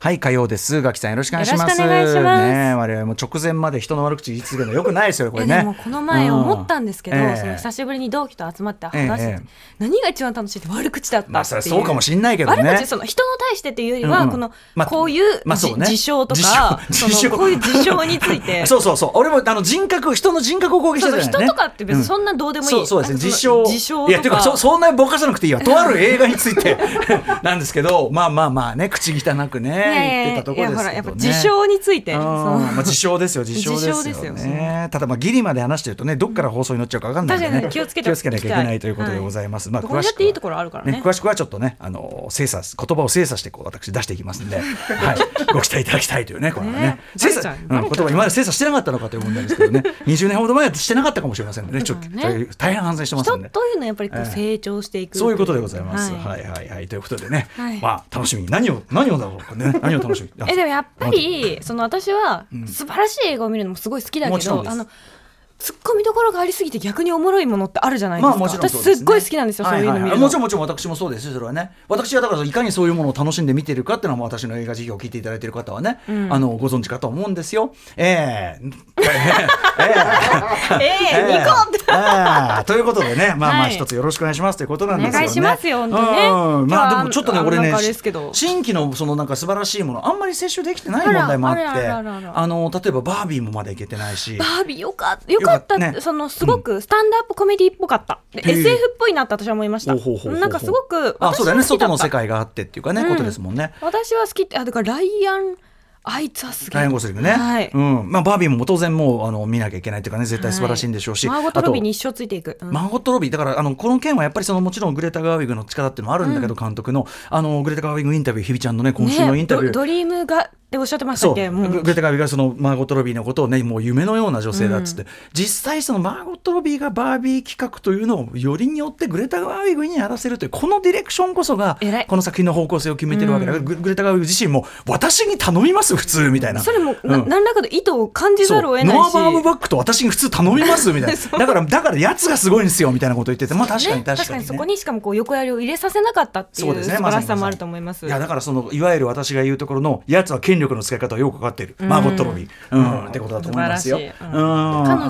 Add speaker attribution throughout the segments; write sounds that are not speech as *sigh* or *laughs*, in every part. Speaker 1: はい、火曜です。ガキさんよろしくお願いします。
Speaker 2: よろしくお願いします
Speaker 1: ねえ、我々も直前まで人の悪口言い続けるのよくないですよ、こ
Speaker 2: え
Speaker 1: れ
Speaker 2: で
Speaker 1: ね。
Speaker 2: もこの前思ったんですけど、
Speaker 1: うんええ
Speaker 2: その久しぶりに同期と集まって話してて、
Speaker 1: ええ
Speaker 2: 何が一番楽しいって悪口だったっていう、
Speaker 1: まあ、それはそうかもしんないけどね。
Speaker 2: 悪口その人の対してっていうより
Speaker 1: う
Speaker 2: は、
Speaker 1: んうん
Speaker 2: この
Speaker 1: まあ
Speaker 2: こういう,、
Speaker 1: まあそうね
Speaker 2: 事象とか
Speaker 1: 事象
Speaker 2: *laughs* そ
Speaker 1: 事象
Speaker 2: のこういう事象につい
Speaker 1: *laughs*
Speaker 2: て
Speaker 1: そうそうそう。俺も、あの、人格、人の人格を攻撃し
Speaker 2: そ
Speaker 1: て
Speaker 2: う
Speaker 1: た
Speaker 2: そ
Speaker 1: じゃ
Speaker 2: う人
Speaker 1: ない
Speaker 2: とかって別に
Speaker 1: ん
Speaker 2: そんなどうでもいい、
Speaker 1: そうそうですね
Speaker 2: なんか
Speaker 1: 自
Speaker 2: その
Speaker 1: 称
Speaker 2: 事象とか
Speaker 1: いやていうかそそんなにぼかさなくていいわとある映画についてなんですけどまあまあまあね口汚くね
Speaker 2: *laughs* いやいやい
Speaker 1: 言って
Speaker 2: や
Speaker 1: たところ
Speaker 2: い
Speaker 1: で
Speaker 2: や
Speaker 1: すけど
Speaker 2: ほら
Speaker 1: ね
Speaker 2: やっぱ事象についてそ
Speaker 1: あ
Speaker 2: の
Speaker 1: ーまあ、自称です
Speaker 2: *laughs*
Speaker 1: よ、自称ですよ,、ね
Speaker 2: 自称ですよ
Speaker 1: ただ、まあ、ギリまで話してるとね、どっから放送に乗っちゃうかわかんないんで、ね
Speaker 2: 確かに気をつけて
Speaker 1: なきゃいけないということでございます。まあ、
Speaker 2: どこにだっていいところあるからね
Speaker 1: 詳しくはちょっとね、あの、精査、言葉を精査して、こう、私出していき
Speaker 2: *laughs*
Speaker 1: ますんで。はい、ご期待いただきたいというね、これはね
Speaker 2: ね。
Speaker 1: 精査、
Speaker 2: バレちゃう
Speaker 1: うん
Speaker 2: バレちゃう
Speaker 1: 言葉、今まで精査してなかったのかという問題ですけどね。20年ほど前はしてなかったかもしれません
Speaker 2: *laughs*
Speaker 1: ね、ちょっと、
Speaker 2: まあね
Speaker 1: 大変反省してます
Speaker 2: 人
Speaker 1: んで。
Speaker 2: というのはやっぱりこ
Speaker 1: ええ
Speaker 2: う成長していく
Speaker 1: そういうことでございます。
Speaker 2: は
Speaker 1: はい、はい、はい、ということでね、
Speaker 2: はい
Speaker 1: まあ、楽しみに、何を、何をだろうかね、何を楽しみに。
Speaker 2: えでもやっぱりその私は素晴らしい映画を見るのもすごい好きだ
Speaker 1: も
Speaker 2: け
Speaker 1: ちろん
Speaker 2: ど、
Speaker 1: です
Speaker 2: あのツッコミどころがありすぎて逆におもろいものってあるじゃないです
Speaker 1: ま
Speaker 2: か、
Speaker 1: あもちろん
Speaker 2: 私
Speaker 1: そうです、ね、
Speaker 2: すっごい好きなんですよ、
Speaker 1: は
Speaker 2: そういうの見
Speaker 1: は
Speaker 2: る
Speaker 1: もちろ
Speaker 2: の。
Speaker 1: んもちろん私もそうですよそれはね私はだからいかにそういうものを楽しんで見てるかっていうのはもう私の映画事業を聞いていただいてる方はね、
Speaker 2: ん
Speaker 1: あのご存知かと思うんですよええ *laughs* ええ
Speaker 2: ええニコって
Speaker 1: ああということでね、まあまあ
Speaker 2: はい
Speaker 1: 一つよろしくお願いしますということなんですよね。
Speaker 2: お願いしますよ本当にね
Speaker 1: うんまあでも
Speaker 2: 今日は
Speaker 1: ちょっとね、
Speaker 2: あの
Speaker 1: 俺
Speaker 2: な
Speaker 1: ね
Speaker 2: んかあれですけ、ど
Speaker 1: 新規のそのなんか素晴らしいもの、あんまり接種できてない問
Speaker 2: あら
Speaker 1: 題もあって、
Speaker 2: あらあらあらあら
Speaker 1: あの例えばバービーもまだいけてないし
Speaker 2: バ、ービーよかったよかった
Speaker 1: よかったね
Speaker 2: そのすごくスタンダップコメディっぽかった、で
Speaker 1: へえ
Speaker 2: SF っぽいなって私は思いました
Speaker 1: ほうほうほうほう
Speaker 2: なんかすごく
Speaker 1: あそうだよね、
Speaker 2: 私は好き
Speaker 1: 外
Speaker 2: だ
Speaker 1: の世
Speaker 2: った
Speaker 1: 界があってっていうかね、
Speaker 2: うん
Speaker 1: ことですもんね。
Speaker 2: 私は好きってあだからライアンあいつはすげ
Speaker 1: ラ
Speaker 2: え
Speaker 1: イアンゴスリングね、
Speaker 2: はい
Speaker 1: うんまあ、バービーも当然もうあの見なきゃいけないというかね絶対素晴らしいんでしょうし、
Speaker 2: はいマーゴットロビーに一生ついていく、うん
Speaker 1: マーゴット・ロビーだからあのこの件はやっぱりそのもちろんグレタ・ガーウィグの力っていうのもあるんだけど、監督のあのグレタ・ガーウィグインタビュー日比ちゃんのね今週のインタビュー、
Speaker 2: ねドドリームがっておっしゃってました
Speaker 1: そ
Speaker 2: っ
Speaker 1: う
Speaker 2: けも
Speaker 1: グ
Speaker 2: う
Speaker 1: レタ・ガーウィグがそのマーゴット・ロビーのことをねもう夢のような女性だっつって、実際そのマーゴット・ロビーがバービー企画というのをよりによってグレタ・ガーウィグにやらせるというこのディレクションこそが
Speaker 2: 偉い
Speaker 1: この作品の方向性を決めてるわけだから、ググレタ・ガーウィグ自身も私に頼みます普通みたいな。
Speaker 2: それも、
Speaker 1: う
Speaker 2: なん何らかの意図を感じざるを得ないし
Speaker 1: そうノア・バームバックと私に普通頼みますみ
Speaker 2: *laughs*
Speaker 1: たいなだからだからやつがすごいんですよみたいなこと言っててまあ確かに
Speaker 2: ね
Speaker 1: 確かに,、ね
Speaker 2: そこにしかもこう横やりを入れさせなかったってい
Speaker 1: そう
Speaker 2: う
Speaker 1: です
Speaker 2: 素
Speaker 1: ね
Speaker 2: 晴らしさも
Speaker 1: まさにまさ
Speaker 2: ある
Speaker 1: に
Speaker 2: と思います。
Speaker 1: いやだからそのいわゆる私が言うところのやつは権力の使い方をよく分かっているマーゴット・ロビー、うんってことだと思いますよ。
Speaker 2: 素晴らしい
Speaker 1: うん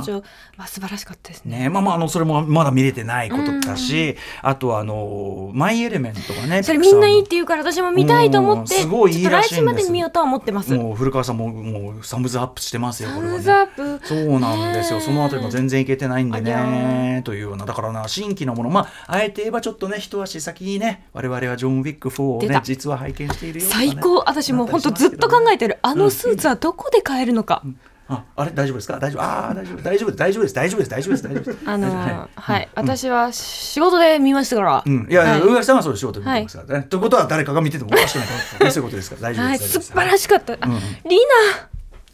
Speaker 2: 彼女は素晴らしかったですね。
Speaker 1: ねまあまああのそれもまだ見れてないことだし、あとはあのマイ・エレメントがね
Speaker 2: それみんないいって言うから私も見たいと思って、
Speaker 1: うんすごいいい
Speaker 2: ちょっと
Speaker 1: ら
Speaker 2: 来
Speaker 1: しいんです
Speaker 2: 週までに見ようとは思ってます。
Speaker 1: もう古川さんももうサムズアップしてますよこれはね
Speaker 2: サムズアップ
Speaker 1: そうなんですよ
Speaker 2: ねえ
Speaker 1: そのあたりも全然いけてないんで
Speaker 2: あり
Speaker 1: ねというようなだからな新規のものまああえて言えばちょっとね一足先にね我々はジョン・ウィック4を
Speaker 2: 出
Speaker 1: ね
Speaker 2: た
Speaker 1: 実は拝見しているようなね、
Speaker 2: 最高私もう本当ずっと考えてるあのスーツはどこで買えるのか、
Speaker 1: ああれ大丈夫ですか大丈夫ああ大丈夫大丈夫です大丈夫です大丈夫です大丈夫です大丈夫です
Speaker 2: あの
Speaker 1: 大丈夫
Speaker 2: ー
Speaker 1: ね
Speaker 2: はい、私は仕事で見ましたから、
Speaker 1: うん、いや、
Speaker 2: はい
Speaker 1: いや、上垣さんはそういう仕事を見てますからね、ということは誰かが見ててもおかしくない
Speaker 2: *laughs*
Speaker 1: と、ね、そういうことですから大丈夫
Speaker 2: は
Speaker 1: で
Speaker 2: い、
Speaker 1: す。
Speaker 2: 素
Speaker 1: 大丈夫です
Speaker 2: 晴らしかった、あ
Speaker 1: うん
Speaker 2: リ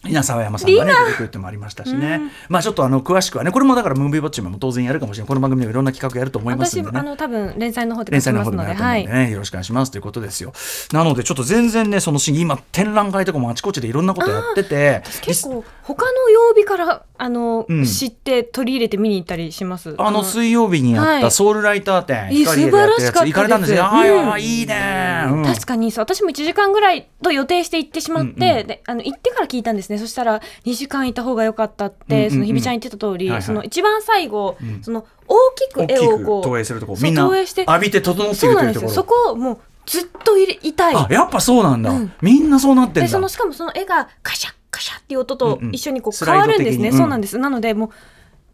Speaker 1: 稲沢山さんがね出てくるってのもありましたしね、まあちょっとあの詳しくはねこれもだからムービーウォッチマンも当然やるかもしれないこの番組でもいろんな企画やると思
Speaker 2: ナ
Speaker 1: います
Speaker 2: 私
Speaker 1: んで
Speaker 2: あ
Speaker 1: ね
Speaker 2: の多分連載の方で
Speaker 1: 連
Speaker 2: 書
Speaker 1: 載
Speaker 2: き
Speaker 1: の
Speaker 2: ま
Speaker 1: 方
Speaker 2: す
Speaker 1: でも
Speaker 2: の
Speaker 1: や
Speaker 2: で
Speaker 1: ると思う
Speaker 2: は
Speaker 1: ん
Speaker 2: い
Speaker 1: でね、よろしくお願いしますということですよなのでちょっと全然ねそのシーン今展覧会とかもあちこちでいろんなことやってて
Speaker 2: 結構他の曜日からあの、
Speaker 1: うん
Speaker 2: 知って取り入れて見に行ったりします
Speaker 1: あの水曜日にやっ
Speaker 2: は
Speaker 1: た
Speaker 2: い
Speaker 1: ソウルライター展、
Speaker 2: いい
Speaker 1: 光でやってるやつ
Speaker 2: 素晴らしかったで
Speaker 1: 行
Speaker 2: す
Speaker 1: かれたんですよ、あ
Speaker 2: うん
Speaker 1: ーあーいいね、うん
Speaker 2: 確かにそう私も1時間ぐらいと予定して行ってしまって、
Speaker 1: うんうん
Speaker 2: であの行ってから聞いたんですねそしたら2時間いた方が良かったって、
Speaker 1: うんうんうん
Speaker 2: そのひびちゃん言ってた通り、
Speaker 1: はいはい
Speaker 2: その一番最後、
Speaker 1: ん
Speaker 2: その大き
Speaker 1: 大
Speaker 2: く絵
Speaker 1: き
Speaker 2: を
Speaker 1: く
Speaker 2: こう
Speaker 1: 投影するとこ
Speaker 2: そう
Speaker 1: みんな
Speaker 2: 投影して
Speaker 1: 浴びて整ってい
Speaker 2: そう
Speaker 1: る
Speaker 2: な
Speaker 1: と
Speaker 2: ん
Speaker 1: いう
Speaker 2: で
Speaker 1: と
Speaker 2: す
Speaker 1: こ
Speaker 2: よ
Speaker 1: ろ
Speaker 2: そこをもうずっといれいたい
Speaker 1: あやっぱそうなんだ、
Speaker 2: うん
Speaker 1: みんなそうなってんだ
Speaker 2: でそのしかもその絵がカシャッカシャッっていう音と一緒にこ
Speaker 1: うんうん
Speaker 2: う変わるんで
Speaker 1: スライド的
Speaker 2: す
Speaker 1: に
Speaker 2: ね、
Speaker 1: うん
Speaker 2: そうなんですなのでもう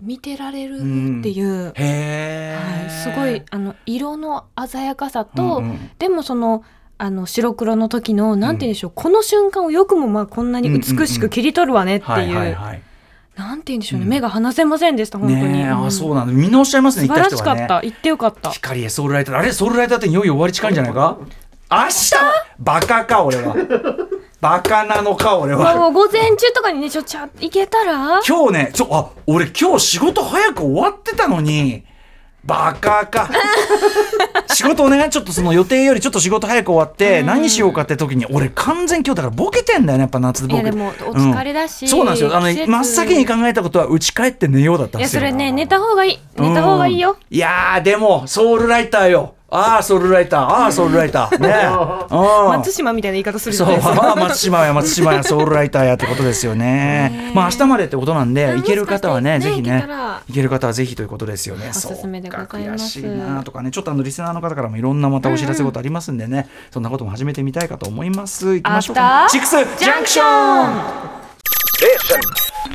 Speaker 2: 見てられるっていう、
Speaker 1: へ
Speaker 2: はい、す
Speaker 1: ー
Speaker 2: ごいあの色の鮮やかさと、
Speaker 1: うんうん
Speaker 2: でもそのあの白黒の時のなんて言うんでしょう、この瞬間をよくもまあこんなに美しく切り取るわねって
Speaker 1: はい
Speaker 2: いう、
Speaker 1: はいはい
Speaker 2: なんて言うんでしょうね、目が離せませんでした本当に、
Speaker 1: ねえ、
Speaker 2: う
Speaker 1: あ
Speaker 2: ん
Speaker 1: そうなんだ見直しちゃいますね
Speaker 2: 素
Speaker 1: 行っ
Speaker 2: 晴
Speaker 1: た
Speaker 2: らし
Speaker 1: 人
Speaker 2: か
Speaker 1: は
Speaker 2: った
Speaker 1: ね
Speaker 2: 行ってよかった
Speaker 1: 光へソウルライターあれソウルライターっていよいよ終わり近いんじゃない
Speaker 2: *laughs*
Speaker 1: か明日バカか俺はバカなのか俺は
Speaker 2: もう午前中とかにねちょちゃ行けたら
Speaker 1: 今日ねそうあ俺今日仕事早く終わってたのにバカ
Speaker 2: *laughs*
Speaker 1: か仕事をねちょっとその予定よりちょっと仕事早く終わって何しようかって時に俺完全今日だからボケてんだよねやっぱ夏
Speaker 2: い
Speaker 1: ボ
Speaker 2: や
Speaker 1: ケ
Speaker 2: でもお疲れだし、
Speaker 1: そうなんですよあの
Speaker 2: 季節
Speaker 1: 真っ先に考えたことは「うち帰って寝よう」だったんで
Speaker 2: いや
Speaker 1: す
Speaker 2: そ
Speaker 1: よ
Speaker 2: れね寝た方がいい寝た方がいい
Speaker 1: う
Speaker 2: よ
Speaker 1: んいやーでもソウルライターよああソウルライターああソウルライタ
Speaker 2: *laughs*
Speaker 1: ーねうん
Speaker 2: 松島みたいな言い方するじゃ
Speaker 1: そ、
Speaker 2: ないうですか。
Speaker 1: まあ、松島や松島やソウルライターやってことですよね。まあ、明日までってことなんで、行ける方はね、
Speaker 2: もし
Speaker 1: ぜ
Speaker 2: かし
Speaker 1: ひ
Speaker 2: てね
Speaker 1: ね
Speaker 2: 行けたら。
Speaker 1: 行ける方はぜひということですよね。お
Speaker 2: すすめでございます
Speaker 1: 悔しいなとかね、ちょっとあのリスナーの方からもいろんなまたお知らせことありますんでね、そんなことも始めてみたいかと思います。行きましょうか。シ
Speaker 2: After
Speaker 1: ックスジャンクション。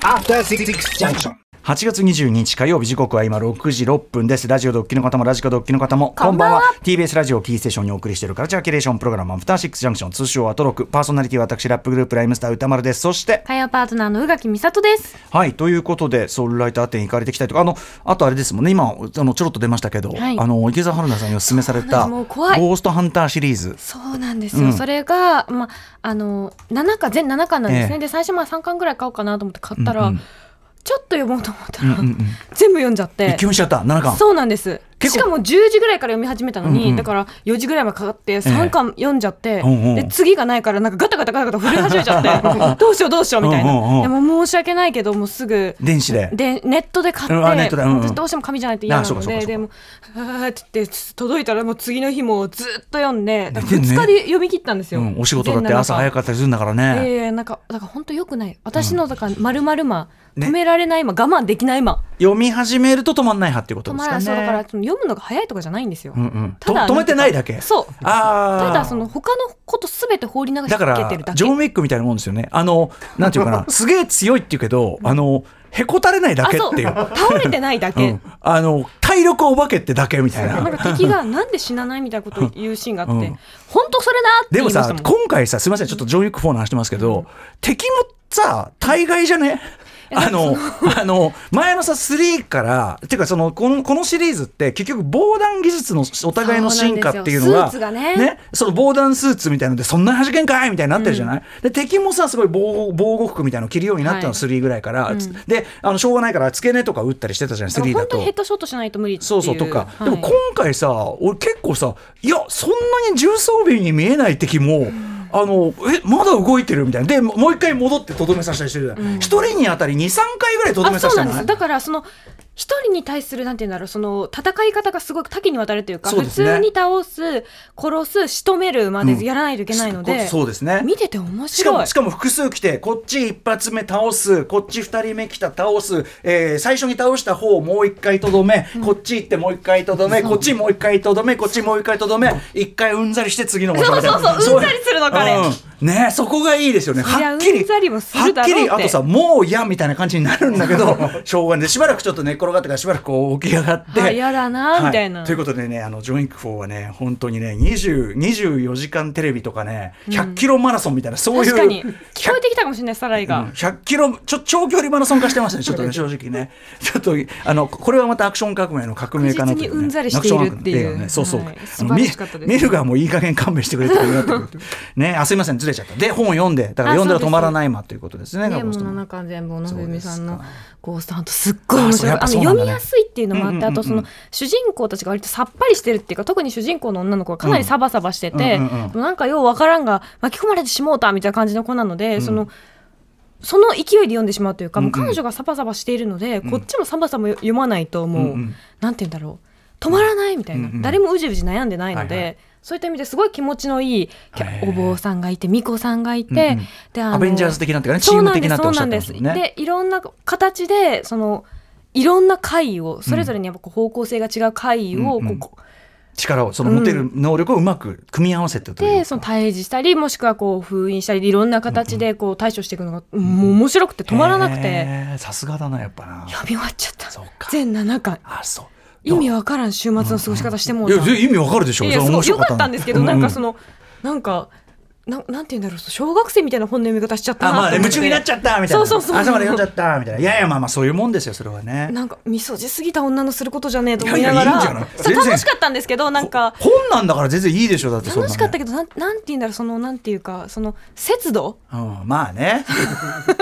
Speaker 3: After Six Junction.
Speaker 1: 8月22日火曜日時刻は今6時6分ですラジオドッキリの方もラジカドッキリの方も
Speaker 2: こんばんは
Speaker 1: TBS ラジオキーステーションにお送りしているカルチャーキュレーションプログラムアフターシックスジャンクション通称アトロクパーソナリティは私ラップグループライムスター歌丸ですそして
Speaker 2: 火曜パートナーの宇垣美里です。
Speaker 1: はいということでソウルライター展行かれてきたりとかあのあとあれですもんね今あのちょろっと出ましたけど、
Speaker 2: はい
Speaker 1: あの池澤春菜さんにお勧めされた
Speaker 2: そうなんですも
Speaker 1: ゴ
Speaker 2: う怖い
Speaker 1: ーストハンターシリーズ
Speaker 2: そうなんですよ、
Speaker 1: うん
Speaker 2: それが、まあ、あの7巻全7巻なんですね、
Speaker 1: ええ
Speaker 2: で最初まあ3巻ぐらい買おうかなと思って買ったら、
Speaker 1: うんうん
Speaker 2: ちょっと読もうと思ったら、
Speaker 1: うんうん
Speaker 2: 全部読んじゃって
Speaker 1: 勢いしちゃった7巻
Speaker 2: そうなんです
Speaker 1: 結
Speaker 2: し
Speaker 1: 構
Speaker 2: かも10時ぐらいから読み始めたのに、
Speaker 1: うんうん
Speaker 2: だから4時ぐらいまでかかって3巻読んじゃって、
Speaker 1: うんうん
Speaker 2: で次がないからなんかガタガタガタガタ震え始めち
Speaker 1: *laughs*
Speaker 2: ゃってどうしようどうしようみたいな、
Speaker 1: うんうんうん
Speaker 2: でも申し訳ないけどもうすぐ
Speaker 1: 電子で
Speaker 2: でネットで買って、
Speaker 1: うんあネットでうんうん
Speaker 2: 私どうしても紙じゃないと嫌
Speaker 1: あ
Speaker 2: な
Speaker 1: そう
Speaker 2: の
Speaker 1: かそうか
Speaker 2: で
Speaker 1: そうか
Speaker 2: でもあーって言って届いたらもう次の日もずっと読んで
Speaker 1: 寝
Speaker 2: 2
Speaker 1: てんね
Speaker 2: 日で読み切ったんですよ、
Speaker 1: うん、お仕事だって朝早
Speaker 2: く
Speaker 1: かったりするんだからね、
Speaker 2: ええなんかだから本当よくない私のだからまるまる間
Speaker 1: ね
Speaker 2: 止められない間、我慢できない間
Speaker 1: 読み始めると止まんない派っていうこと
Speaker 2: 止
Speaker 1: で
Speaker 2: ます
Speaker 1: か
Speaker 2: らない
Speaker 1: ね
Speaker 2: そうだからその読むのが早いとかじゃないんですよ、
Speaker 1: うんうん、と
Speaker 2: ただ
Speaker 1: 止めてないだけ
Speaker 2: そう
Speaker 1: あー
Speaker 2: ただその他のことすべて放り流し
Speaker 1: だか
Speaker 2: かけて
Speaker 1: ら
Speaker 2: るだけ
Speaker 1: ジョン・ウィックみたいなもんですよねあ
Speaker 2: *laughs*
Speaker 1: のなんていうかなすげえ強いって言うけどあのへこたれないだ
Speaker 2: あ
Speaker 1: けっ
Speaker 2: そう
Speaker 1: ていう
Speaker 2: 倒れてないだ
Speaker 1: う
Speaker 2: け、
Speaker 1: んあの体力お化けってだけみたい
Speaker 2: なん
Speaker 1: な。
Speaker 2: か敵がなんで死なないみたいなことを言うシーンがあって、
Speaker 1: うん
Speaker 2: 本当それだって
Speaker 1: で
Speaker 2: 言い
Speaker 1: も
Speaker 2: ました
Speaker 1: さ
Speaker 2: もん
Speaker 1: 今回さすみませんちょっとジョン・ウィック4の話してますけど、敵もさ大概じゃねあのあの前のさ3からっていうかそのこのこのシリーズって結局防弾技術のお互いの進化っていうのが
Speaker 2: そうなんですよスーツがね
Speaker 1: その防弾スーツみたいのでそんなに弾けんかいみたいになってるじゃない、で敵もさすごい防防護服みたいなの着るようになったの、
Speaker 2: はい
Speaker 1: 3ぐらいから、であのしょうがないから付け根とか打ったりしてたじゃない3だ
Speaker 2: 本当
Speaker 1: と
Speaker 2: にヘッドショットしないと無理っていう
Speaker 1: そうそうとか、
Speaker 2: はい
Speaker 1: でも今回さ俺結構さいやそんなに重装備に見えない敵も、あのえまだ動いてるみたいなでもう一回戻ってとどめさせたりしてる一、人に当たり23回ぐらいとどめ
Speaker 2: あそ
Speaker 1: させ
Speaker 2: うな
Speaker 1: た
Speaker 2: ん
Speaker 1: り
Speaker 2: ですだからその一人に対するなんて言うんだろうその戦い方がすごく多岐にわたるというか
Speaker 1: そうですね
Speaker 2: 普通に倒す殺す仕留めるま
Speaker 1: うん
Speaker 2: でやらないといけないので、
Speaker 1: そうですね
Speaker 2: 見てて面
Speaker 1: しか
Speaker 2: 白
Speaker 1: も
Speaker 2: い
Speaker 1: しかも複数来てこっち一発目倒すこっち二人目来た倒す、えー最初に倒した方をもう一回とどめ、こっち行ってもう一回とどめこっちもう一回とどめこっちもう一回とどめ一回うんざりして次の場所みたいな
Speaker 2: そうそうそううんざりするの彼
Speaker 1: うんねえそこがいいですよね
Speaker 2: いや
Speaker 1: はっきり
Speaker 2: うんざりもす
Speaker 1: は
Speaker 2: るだ
Speaker 1: っ
Speaker 2: ろう
Speaker 1: き
Speaker 2: って
Speaker 1: りあとさもう嫌みたいな感じになるんだけ
Speaker 2: *laughs*
Speaker 1: どしょうがないでしばらくちょっと寝っ転がってからしばらくこう起き上がって
Speaker 2: あ嫌だなみたいな
Speaker 1: はということでねあのジョン・インク4はね本当にね20 24時間テレビとかね100キロマラソンみたいな、そういう
Speaker 2: 確かに聞こえてきたかもしれないサライが、
Speaker 1: 100キロちょ長距離マラソン化して
Speaker 2: *laughs*
Speaker 1: ますねちょっとね正直ね *laughs* ちょっとあのこれはまたアクション革命の革命かなと、ね、
Speaker 2: 確実にうんざりしているっていう
Speaker 1: アクション革命だよねそうそう、
Speaker 2: はい
Speaker 1: あの
Speaker 2: 素晴
Speaker 1: ミ
Speaker 2: らしかったです
Speaker 1: ミルがもういい加減勘弁してくれてるなって
Speaker 2: *laughs*
Speaker 1: ことねあすいませんずれちゃったで本を読んでだから読んだら止まらないまということですね
Speaker 2: ね、
Speaker 1: ガボ
Speaker 2: もう
Speaker 1: スト
Speaker 2: 7巻全部小野文さん
Speaker 1: そう
Speaker 2: の
Speaker 1: です
Speaker 2: 「ゴーストハント」すっごい面
Speaker 1: あそう
Speaker 2: 白い
Speaker 1: やっ
Speaker 2: あ
Speaker 1: ぱ
Speaker 2: の
Speaker 1: そうなんだ
Speaker 2: 読
Speaker 1: ね
Speaker 2: みやすいっていうのもあって、
Speaker 1: うんうんうんうん
Speaker 2: あとその主人公たちが割とさっぱりしてるっていうか特に主人公の女の子はかなりサバサバしてて、
Speaker 1: うんうんうん
Speaker 2: でもなんかようわからんが巻き込まれてしもうたみたいな感じの子なので、その。その勢いで読んでしまうというか、もう彼女がサバサバしているので、こっちもサバサバ読まないともう、
Speaker 1: うんうん
Speaker 2: なんて言うんだろう止まらないみたいな、
Speaker 1: うんうん
Speaker 2: 誰もうじうじ悩んでないので、
Speaker 1: はいはい
Speaker 2: そういった意味ですごい気持ちのいいキャ
Speaker 1: へー
Speaker 2: お坊さんがいて巫女さんがいて、
Speaker 1: うんうん
Speaker 2: であの
Speaker 1: アベンジャーズ的なっていうかねチー
Speaker 2: そう
Speaker 1: ム
Speaker 2: なん
Speaker 1: 的
Speaker 2: です
Speaker 1: なって
Speaker 2: そ
Speaker 1: お
Speaker 2: う
Speaker 1: っしゃっ
Speaker 2: なん
Speaker 1: て
Speaker 2: で
Speaker 1: まし
Speaker 2: す。
Speaker 1: たもんね
Speaker 2: でいろんな形でそのいろんな会をそれぞれにやっぱこう方向性が違う会を
Speaker 1: うんうん
Speaker 2: こう
Speaker 1: 力をその持てる能力をうまく組み合わせてというか、
Speaker 2: でその対峙したりもしくはこう封印したりいろんな形でこう対処していくのがもう面白くて止まらなくて
Speaker 1: へーさすがだなやっぱな
Speaker 2: 読み終わっちゃった
Speaker 1: そうか
Speaker 2: 全7巻
Speaker 1: あそう
Speaker 2: 意味わからん週末の過ごし方してもう
Speaker 1: い
Speaker 2: た
Speaker 1: や意味わかるでしょ
Speaker 2: い
Speaker 1: そ
Speaker 2: やす
Speaker 1: れ
Speaker 2: ご
Speaker 1: 面
Speaker 2: い
Speaker 1: 白
Speaker 2: 良かったんですけど、
Speaker 1: う
Speaker 2: なんかそ
Speaker 1: の
Speaker 2: のなんかななんて言うんだろうそう小学生みたいな本の読み方しちゃった
Speaker 1: あ
Speaker 2: なと
Speaker 1: まあ
Speaker 2: 思って
Speaker 1: ね夢中になっちゃったみたいな
Speaker 2: そうそうそう
Speaker 1: 朝まで読んじゃったみたいないやいやまあまあそういうもんですよそれはね
Speaker 2: なんかみそじすぎた女のすることじゃねえと思いなが
Speaker 1: いやい
Speaker 2: ら
Speaker 1: やいいんじゃない
Speaker 2: そう
Speaker 1: 全然
Speaker 2: 楽しかったんですけどなんか
Speaker 1: ほ本なんだから全然いいでしょだってそんな
Speaker 2: 楽
Speaker 1: の
Speaker 2: しかったけどなんなんて言うんだろうそのなんていうかその節度
Speaker 1: うん、まあね *laughs*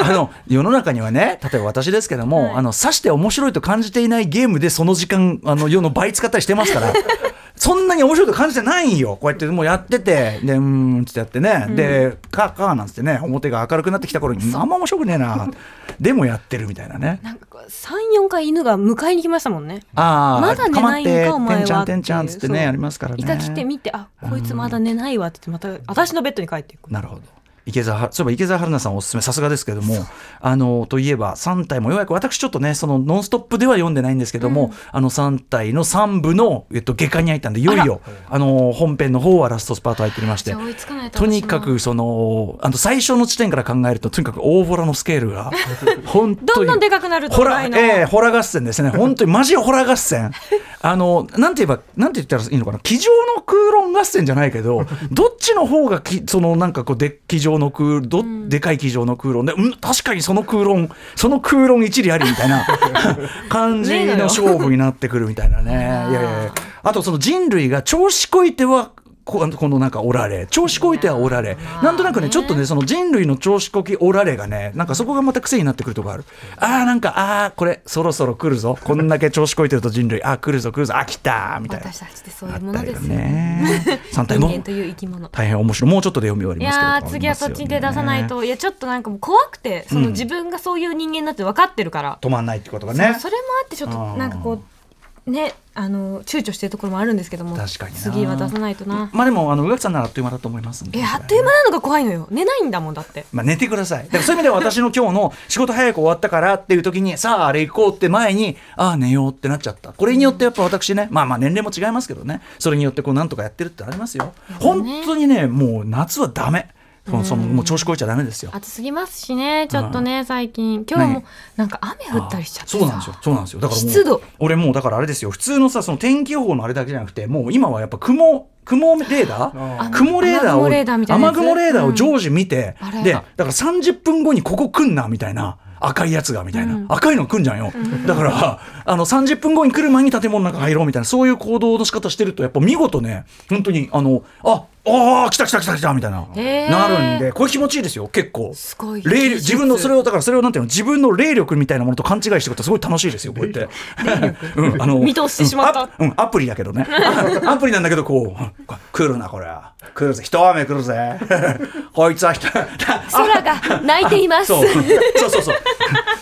Speaker 1: あの世の中にはね例えば私ですけども、
Speaker 2: はい
Speaker 1: あの指して面白いと感じていないゲームでその時間あの世の倍使ったりしてますから *laughs* そんなに面白いと感じてないんよこうやってもうやっててでうーんっつってやってね、で「かか」なんつってね表が明るくなってきた頃にあんま面白くねえなでもやってるみたいなね
Speaker 2: なんかこう34回犬が迎えに来ましたもんね
Speaker 1: ああ
Speaker 2: まだ寝ないのかお
Speaker 1: て
Speaker 2: 前は
Speaker 1: んちゃんてんちゃんっつって
Speaker 2: ってい
Speaker 1: ね
Speaker 2: う
Speaker 1: ありますからね
Speaker 2: イカ来て見てあこいつまだ寝ないわって言ってまた私のベッドに帰っていく
Speaker 1: なるほど。池澤はそういえば池澤春菜さんおすすめさすがですけれどもあのといえば3体もようやく私ちょっとね「そのノンストップ!」では読んでないんですけども、あの3体の3部の、えっと、下巻に入ったんでいよいよあの本編の方はラストスパート入っておりまして
Speaker 2: じゃあ追いつかないと私
Speaker 1: と
Speaker 2: も
Speaker 1: にかくそのあの最初の地点から考えるととにかく大ボラのスケール
Speaker 2: *laughs*
Speaker 1: が本当
Speaker 2: どん
Speaker 1: に
Speaker 2: どんでかくなる
Speaker 1: ホ
Speaker 2: と
Speaker 1: ラ
Speaker 2: らいの、
Speaker 1: ええホラー合戦ですね、本当にマジホラー合
Speaker 2: *laughs*
Speaker 1: 戦、あのなんて言えば、なんて言ったらいいのかな、机上の空論合戦じゃないけど、どっちの方がき、そのなんかこうで、机上の空、どでかい機上の空論で、うん、確かにその空論、その空論一理ありみたい
Speaker 2: *laughs*
Speaker 1: な感じの勝負になってくるみたいなね、い
Speaker 2: *laughs*
Speaker 1: やいやいや、あとその人類が調子こいては、こあのこのなんかおられ調子こいてはおられなんとなくねちょっとねその人類の調子こきおられがねなんかそこがまた癖になってくるとこあるあーなんかあーこれそろそろ来るぞこんだけ調子こいてると人類あー来るぞ来るぞあ来たーみたいな
Speaker 3: 私たちってそういうものですよね。 *laughs*
Speaker 1: ね3体
Speaker 3: 人
Speaker 1: も
Speaker 3: 間という生き物。
Speaker 1: 大変面白いもうちょっとで読み終わり
Speaker 2: い
Speaker 1: ますけど
Speaker 2: やー次はそっちに手出さないといやちょっとなんかもう怖くてその自分がそういう人間だって分かってるから、
Speaker 1: 止まんないってことがね
Speaker 2: そうそれもあってちょっ
Speaker 1: あー
Speaker 2: となんかこうねあの躊躇してるところもあるんですけども
Speaker 1: 確かにな
Speaker 2: 次は出さないとな
Speaker 1: まあでもあの宇垣さんならあっという間だと思いますんで
Speaker 2: えあっという間なのが怖いのよ寝ないんだもんだって
Speaker 1: まあ、寝てください。だからそういう意味では私の今日の仕事早く終わったからっていう時に、さああれ行こうって前に、ああ寝ようってなっちゃった。これによってやっぱ私ね、まあまあ年齢も違いますけどね、それによってこうなんとかやってるってありますよ。本当にね、もう夏はダメ。そのそのもう調子こいちゃダメですよ。
Speaker 2: 暑すぎますしねちょっとね最近今日もなんか雨降ったりしちゃってさ
Speaker 1: そうなんですよ。そうなんですよ。だからもう
Speaker 2: 湿度
Speaker 1: 俺もうだからあれですよ。普通のさその天気予報のあれだけじゃなくて、もう今はやっぱ雲雲レーダー、雲レーダーを
Speaker 2: 雨雲レーダーみたいなや
Speaker 1: 雨
Speaker 2: つ
Speaker 1: 雲レーダーを常時見て、
Speaker 2: うんあれ
Speaker 1: でだから30分後にここ来んなみたいな。赤いやつがみたいな、赤いの来んじゃんよ、だからあの30分後に来る前に建物の中入ろうみたいなそういう行動の仕方してるとやっぱ見事ね本当にあのああー来た来た来た来たみたいな、
Speaker 2: へー
Speaker 1: なるんでこれ気持ちいいですよ結構
Speaker 2: すごい
Speaker 1: 霊力自分のそれをだからそれをなんていうの自分の霊力みたいなものと勘違いしていくとすごい楽しいですよこうやって。うんあの
Speaker 2: *laughs* 見通してしまっ
Speaker 1: う
Speaker 2: た
Speaker 1: んアプうんアプリだけどね。 *laughs* あアプリなんだけどこううん来るなこれは来るぜ一雨来るぜ *laughs* こいつは
Speaker 2: *laughs*
Speaker 1: 一雨
Speaker 2: 空が泣いています
Speaker 1: *laughs* そうそうそうそう。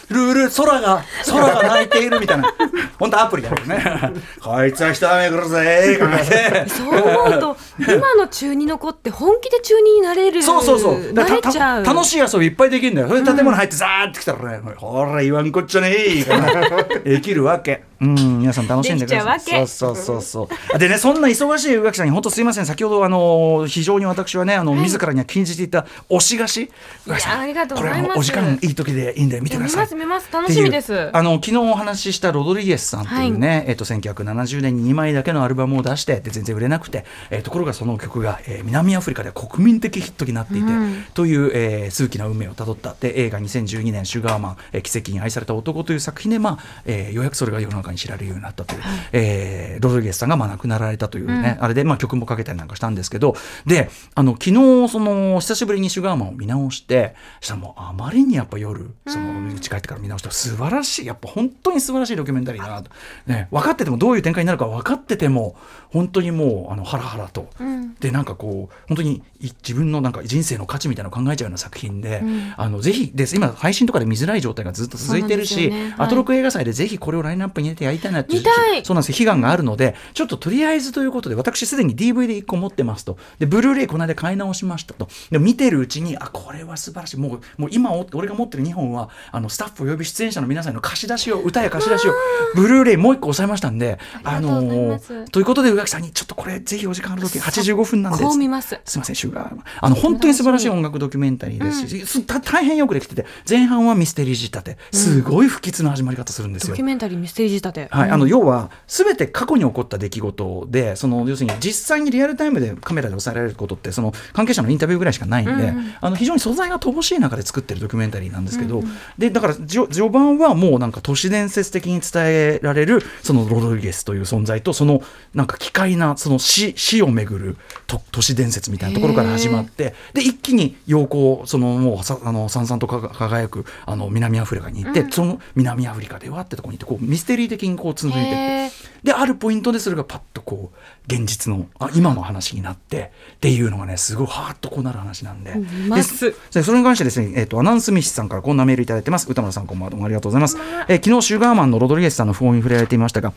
Speaker 1: *laughs* ルール空が空が泣いているみたいな。本当アプリだけどね。 *laughs* こいつは一雨来るぜ。考えて
Speaker 2: そう思うと今の中二の子って本気で中二になれる
Speaker 1: そうそうそう。だから
Speaker 2: 慣れ
Speaker 1: た
Speaker 2: ちゃう
Speaker 1: た楽しい遊びいっぱいできるんだよ。それで建物入ってザーってきたらね、ほら言わんこっちゃねえから。 *laughs* できるわけ。うん、皆さん楽しんでください。
Speaker 2: できちゃうわけ
Speaker 1: そうそうそうそう。でね、そんな忙しい宇垣さんに本当すいません。先ほどあの非常に私はね、あの自らには禁じていた押し菓子。宇垣さん
Speaker 2: ありがとう
Speaker 1: こ
Speaker 2: ご
Speaker 1: れ
Speaker 2: ざいます
Speaker 1: はもうお時間いい時でいいんで見てください。
Speaker 2: いや見ます見ます楽しみです
Speaker 1: っていうあの昨日お話ししたロドリゲスさんというね、えっと1970年に2枚だけのアルバムを出してで全然売れなくて、えーところがその曲が、えー南アフリカでは国民的ヒットになっていて、という、えー数奇な運命をたどったで映画2012年「シュガーマン、えー奇跡に愛された男」という作品で、まあえーようやくそれが世の中に知られるようになったという、えーロドリゲスさんがまあ亡くなられたというね、あれで、まあ、曲もかけたりなんかしたんですけどであの昨日その久しぶりに「シュガーマン」を見直してしたらもうあまりにやっぱ夜その家帰ってから見直したら素晴らしいやっぱ本当に素晴らしいドキュメンタリーだなと、ね、分かっててもどういう展開になるか分かってても本当にもうあのハラハラと、でなんかこう本当にい自分のなんか人生の価値みたいなのを考えちゃうような作品で、あのぜひです今配信とかで見づらい状態がずっと続いてるし、
Speaker 2: そうなんですよねは
Speaker 1: ア
Speaker 2: い
Speaker 1: トロク映画祭でぜひこれをラインナップに入れてやりたいなっていう
Speaker 2: 見たい
Speaker 1: そうなんですよ悲願があるのでちょっととりあえずということで私すでに DVD1 個持ってますとでブルーレイこの間買い直しましたとで見てるうちにあこれは素晴らしいもうもう今お俺が持ってる2本はあのスタッフおよび出演者の皆さんの貸し出しを歌や貸し出しをブルーレイもう1個押さえましたんであ
Speaker 3: りがとうござい
Speaker 1: の
Speaker 3: ます
Speaker 1: ーということで宇垣さんにちょっとこれぜひお時間ある時85分なんです
Speaker 2: こう見ます
Speaker 1: すみません、シュガー。あの、本当に素晴らしい音楽ドキュメンタリーですし、すた大変よくできてて、前半はミステリー仕立て、すごい不吉な始まり方するんです
Speaker 2: ド
Speaker 1: よ
Speaker 2: キュ。メンタリーミステリー仕立て、
Speaker 1: はい、あの要は全て過去に起こった出来事でその要するに実際にリアルタイムでカメラで抑えられることってその関係者のインタビューぐらいしかないんで、あの非常に素材が乏しい中で作ってるドキュメンタリーなんですけど、でだからじょ序盤はもうなんか都市伝説的に伝えられるそのロドリゲスという存在とそのなんか奇怪なその死死をめぐると都市伝説みたいなところから始まってで一気に陽光そのもうさあのさんさんとかが輝くあの南アフリカに行って、その南アフリカではってとこに行ってこうミステリー的にこう続いていって
Speaker 2: へー
Speaker 1: であるポイントでそれがパッとこう現実のあ今の話になってっていうのがねすごいハーッとこうなる話なんで,で、
Speaker 2: ます
Speaker 1: そそれに関してですね、えー、とアナウンスミシスさんからこんなメールいただいてます歌村さんこんばんはどうもありがとうございます、えー昨日シュガーマンのロドリゲスさんの訃報に触れられていましたが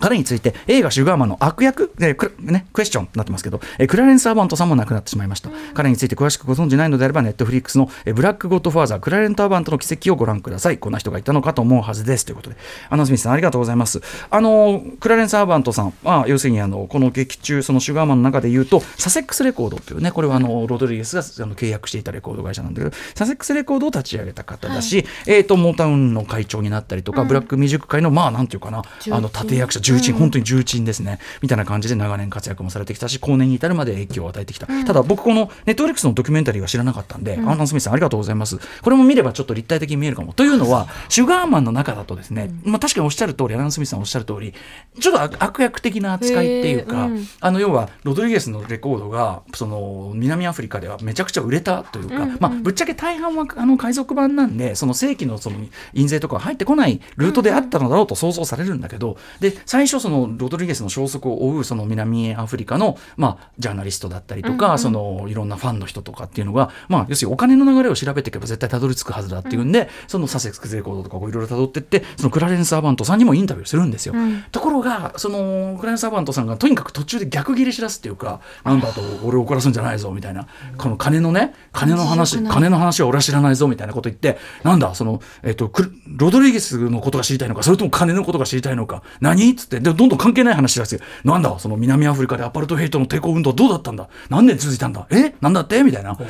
Speaker 1: 彼について映画「シュガーマン」の悪役、えークラね、クエスチョンになってますけど、えークラレンス・アバントさんも亡くなってしまいました、彼について詳しくご存じないのであればネットフリックスの、えーブラック・ゴッドファーザークラレント・アバントの奇跡をご覧くださいこんな人がいたのかと思うはずですということでアナ・スミスさんありがとうございますあのークラレンス・アバントさんは要するにあのこの劇中そのシュガーマンの中で言うとサセックスレコードっていうねこれはあのロドリゲスがあの契約していたレコード会社なんだけどサセックスレコードを立ち上げた方だし、えー、とモータウンの会長になったりとか、ブラックミュージック界のまあなんていうかなあの立役者重鎮、本当に重鎮ですねみたいな感じで長年活躍もされてきたし後年に至るまで影響を与えてきた、ただ僕このネットフリックスのドキュメンタリーは知らなかったんで、アンナ・スミスさんありがとうございますこれも見ればちょっと立体的に見えるかもというのはシュガーマンの中だとですね、まあ、確かにおっしゃる通りアナ・スミスさんおっしゃる通りちょっと悪悪役的な扱いっていうか、
Speaker 2: へーうん
Speaker 1: あの要はロドリゲスのレコードがその南アフリカではめちゃくちゃ売れたというか、まあ、ぶっちゃけ大半はあの海賊版なんでその正規のその印税とかは入ってこないルートであったのだろうと想像されるんだけど、で最初そのロドリゲスの消息を追うその南アフリカの、まあ、ジャーナリストだったりとか、そのいろんなファンの人とかっていうのが、まあ、要するにお金の流れを調べていけば絶対たどり着くはずだっていうんで、そのサセックスレコードとかこういろいろたどってってそのクラレンス・アバントさんにもインタビューするんですよ。ところがそのクライアンサーバントさんがとにかく途中で逆ギレしだすっていうかなんだと俺を怒らすんじゃないぞみたいなこの金のね金の話金の話は俺は知らないぞみたいなこと言ってなんだその、えっとクルロドリゲスのことが知りたいのかそれとも金のことが知りたいのか何っつってでどんどん関係ない話しだすよなんだその南アフリカでアパルトヘイトの抵抗運動はどうだったんだ何年続いたんだえなんだってみたいなえ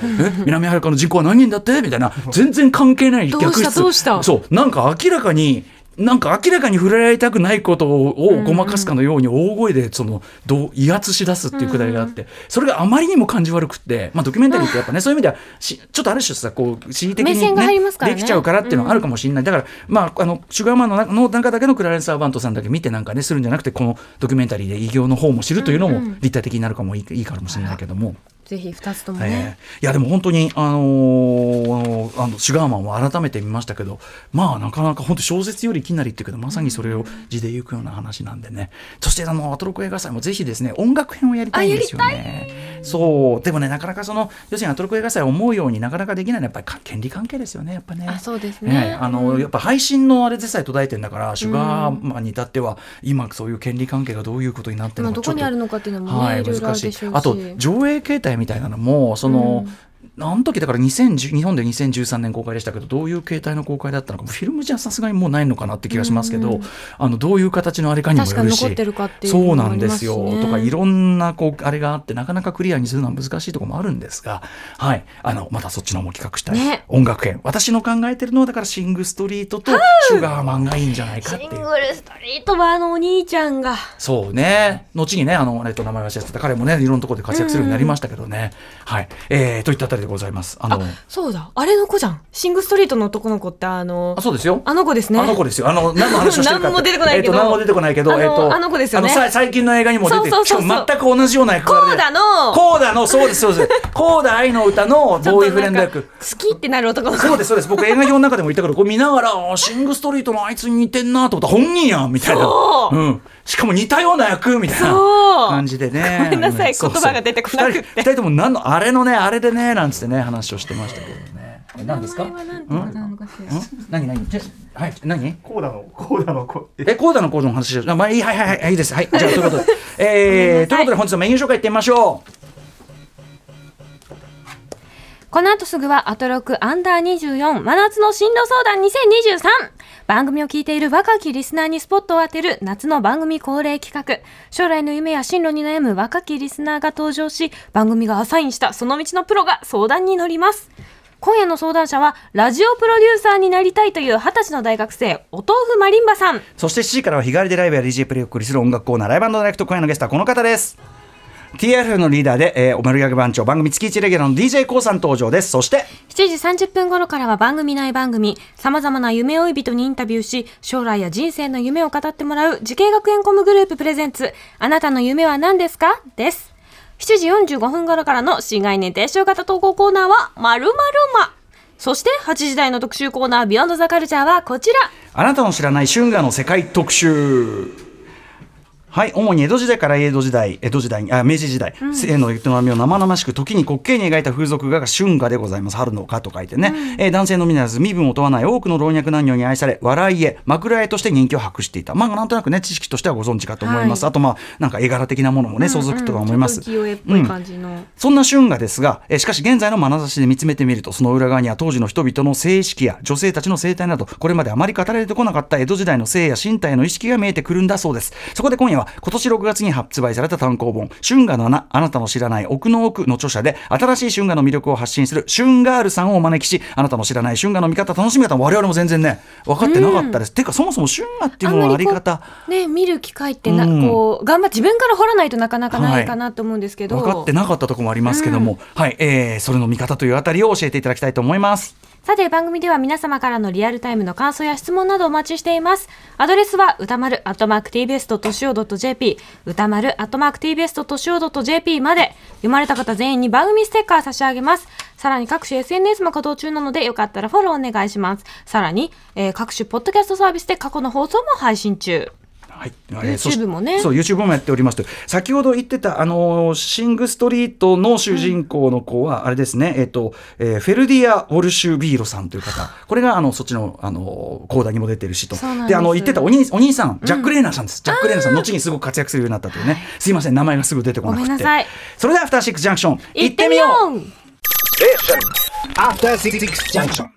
Speaker 1: 南アフリカの人口は何人だってみたいな全然関係ない逆質
Speaker 3: どうしたどうした
Speaker 1: そうなんか明らかになんか明らかに触れられたくないことをごまかすかのように大声でそのどう威圧しだすっていうくだりがあってそれがあまりにも感じ悪くって、まあ、ドキュメンタリーってやっぱねそういう意味ではしちょっとある種さこう恣意的
Speaker 2: 目線
Speaker 1: に、
Speaker 2: が入りますから
Speaker 1: で
Speaker 2: ね
Speaker 1: きちゃうからっていうのはあるかもしれない、だから、まあ、あのシュガーマンの中の中だけのクラレンス・アバントさんだけ見てなんかねするんじゃなくてこのドキュメンタリーで偉業の方も知るというのも立体的になるかもいい,、いいかもしれないけども。
Speaker 2: ぜひ二つとも
Speaker 1: え
Speaker 2: ね。
Speaker 1: えいやでも本当に、あのーあのあのシュガーマンを改めて見ましたけどまあなかなか本当小説よりきなりっていうけどまさにそれを字で行くような話なんでねそしてあのアトロク映画祭もぜひですね音楽編をやりたいんですよねそうでもねなかなかその要するにアトロク映画祭を思うようになかなかできないのはやっぱり権利関係ですよねやっぱね
Speaker 2: あ、そうです
Speaker 1: ね
Speaker 2: ね。
Speaker 1: あのやっぱ配信のあれでさえ途絶えてんだからシュガーマンに至っては今そういう権利関係がどういうことになってる
Speaker 2: まあ
Speaker 1: のか
Speaker 2: ど
Speaker 1: ちょ
Speaker 2: こ
Speaker 1: っ
Speaker 2: に
Speaker 1: と
Speaker 2: あるのかっていうのも
Speaker 1: は
Speaker 2: ね、
Speaker 1: い、
Speaker 2: いろいろあ
Speaker 1: 難
Speaker 2: る
Speaker 1: し
Speaker 2: で
Speaker 1: い
Speaker 2: しょうし。
Speaker 1: あと上映形態みたいなのもその、あの時だから2010日本で2013年公開でしたけどどういう形態の公開だったのかフィルムじゃさすがにもうないのかなって気がしますけど、あのどういう形のあれかにもよる
Speaker 2: 確かに
Speaker 1: し
Speaker 2: 残ってるかっていう
Speaker 1: そう
Speaker 2: のも
Speaker 1: な
Speaker 2: あ
Speaker 1: ん
Speaker 2: り
Speaker 1: で
Speaker 2: ますすしね
Speaker 1: よとかいろんなこうあれがあってなかなかクリアにするのは難しいところもあるんですが、はい、あのまたそっちの方も企画したい、
Speaker 2: ね
Speaker 1: 音楽編私の考えてるのはだからシング・ストリートとシュガーマンがいいんじゃないかって
Speaker 2: シン
Speaker 1: いう
Speaker 2: グ。ルストリートはあのお兄ちゃんが。
Speaker 1: そうね。後にね、あの、えっと、名前忘れてた彼もね、いろんなところで活躍するようになりましたけどね。はい。えー、といったあたりでございます。あの、あ
Speaker 2: そうだ、あれの子じゃん。シングストリートの男の子ってあの、
Speaker 1: そうですよ。
Speaker 2: あの子ですね。
Speaker 1: あの子ですよ。あの、何の話をしてるかって。
Speaker 2: *laughs* 何も出てこないけ
Speaker 1: えっ
Speaker 2: ど
Speaker 1: と、何も出てこないけど、
Speaker 2: あの
Speaker 1: えっと、
Speaker 2: あの子ですよね
Speaker 1: あのさ最近の映画にも出て、
Speaker 2: そうそうそうそう
Speaker 1: しかも全く同じような役
Speaker 2: コ
Speaker 1: 柄
Speaker 2: ー
Speaker 1: で
Speaker 2: ダの、
Speaker 1: コーダの、そうです、そうです。コーダ愛の歌のボーイフレンド
Speaker 2: ちょっ
Speaker 1: 役
Speaker 2: と。なんか好きってなる男の子。
Speaker 1: そうです、そうです。僕映画表の中でも言ったけど、こう見ながら、あーシングストリートのあいつに似てんなと思ったら本人やんみたいな。
Speaker 2: そう
Speaker 1: うん。しかも似たような役みたいな
Speaker 2: そう
Speaker 1: 感じでね。
Speaker 2: ごめんなさい
Speaker 1: うんそうそう
Speaker 2: 言葉が出てこなくて
Speaker 1: 二人二人とも何の、あれのね、あれでね、なんつってね、話をしてましたけどね。え何ですか
Speaker 2: 名前はなんて
Speaker 1: う
Speaker 2: 言
Speaker 1: ん
Speaker 2: う
Speaker 1: うん
Speaker 2: のかな
Speaker 1: 何何ちょはい、何
Speaker 4: コーダの、コーダの声。
Speaker 1: え、コーダのコーダの話であ、まあいい、はいはいはい、いいです。はい。じゃあ、ということで。えー、ということで本日のメニュー紹介いってみましょう。
Speaker 5: この後すぐはアトロクアンダー24真夏の進路相談2023番組を聞いている若きリスナーにスポットを当てる夏の番組恒例企画将来の夢や進路に悩む若きリスナーが登場し番組がアサインしたその道のプロが相談に乗ります今夜の相談者はラジオプロデューサーになりたいという二十歳の大学生お豆腐マリンバさん
Speaker 1: そして7時からは日替わりでライブや DJ プレイをお送りする音楽コーナーライブダイレクト今夜のゲストはこの方です。TRF のリーダーで、えー、おまるギャグ番長番組月一レギュラーの d j k o さん登場ですそして
Speaker 5: 7時30分頃からは番組内番組、様々な夢追い人にインタビューし、将来や人生の夢を語ってもらう、慈恵学園コムグループプレゼンツ、あなたの夢は何ですかです。7
Speaker 2: 7時45分頃からの新概念提唱型投稿コーナーは、まるまるま。そして8時台の特集コーナー、ビヨンドザカルチャーはこちら。
Speaker 1: あなたの知らない春画の世界特集。はい主に江戸時代から江戸時代江戸時代にあ明治時代、生の営みを生々しく時に滑稽に描いた風俗画が春画でございます春の花と書いてね、えー男性のみならず身分を問わない多くの老若男女に愛され笑い絵枕絵として人気を博していたまあなんとなくね知識としてはご存知かと思います、あとまあなんか絵柄的なものもね相続とは思いま
Speaker 6: ち
Speaker 1: す、
Speaker 6: ょっと浮世絵っぽい感じの、
Speaker 1: そんな春画ですが、えーしかし現在の眼差しで見つめてみると、その裏側には当時の人々の性意識や女性たちの生態など、これまであまり語られてこなかった江戸時代の性や身体の意識が見えてくるんだそうです。そこで今夜は、今年6月に発売された単行本、春画の穴、あなたの知らない奥の奥の著者で、新しい春画の魅力を発信する春ガールさんをお招きし、あなたの知らない春画の見方、楽しみ方も我々も全然ね、分かってなかったです。てか、そもそも春画っていうもののあり方、
Speaker 2: ね、見る機会ってな、
Speaker 1: うん
Speaker 2: こう、頑張っ自分から掘らないとなかなかないかなと思うんですけど。
Speaker 1: 分かってなかったところもありますけども、はい、えー、それの見方というあたりを教えていただきたいと思います。
Speaker 2: さて番組では皆様からのリアルタイムの感想や質問などお待ちしています。アドレスは歌丸 @tbs.tosio.jp 歌丸 @tbs.tosio.jp まで読まれた方全員に番組ステッカー差し上げます。さらに各種 SNS も稼働中なのでよかったらフォローお願いします。さらに、えー各種ポッドキャストサービスで過去の放送も配信中。
Speaker 1: はい、
Speaker 2: YouTube
Speaker 1: そして
Speaker 2: もね
Speaker 1: そう YouTube もやっておりますと先ほど言ってたあのーシングストリートの主人公の子は、あれですねえっ、と、えーフェルディア・ウォルシュビーロさんという方これがあのそっちのあの講談にも出てるしと
Speaker 2: そうなんです
Speaker 1: あの言ってたお兄お兄さんジャック・レーナーさんです、ジャック・レーナーさん後にすごく活躍するようになったというねすいません名前がすぐ出てこなくて
Speaker 2: ごめんなさい
Speaker 1: それでは「アフターシックス・ジャンクション」
Speaker 2: 行ってみよう
Speaker 1: 「アフターシックス・ジャンクション」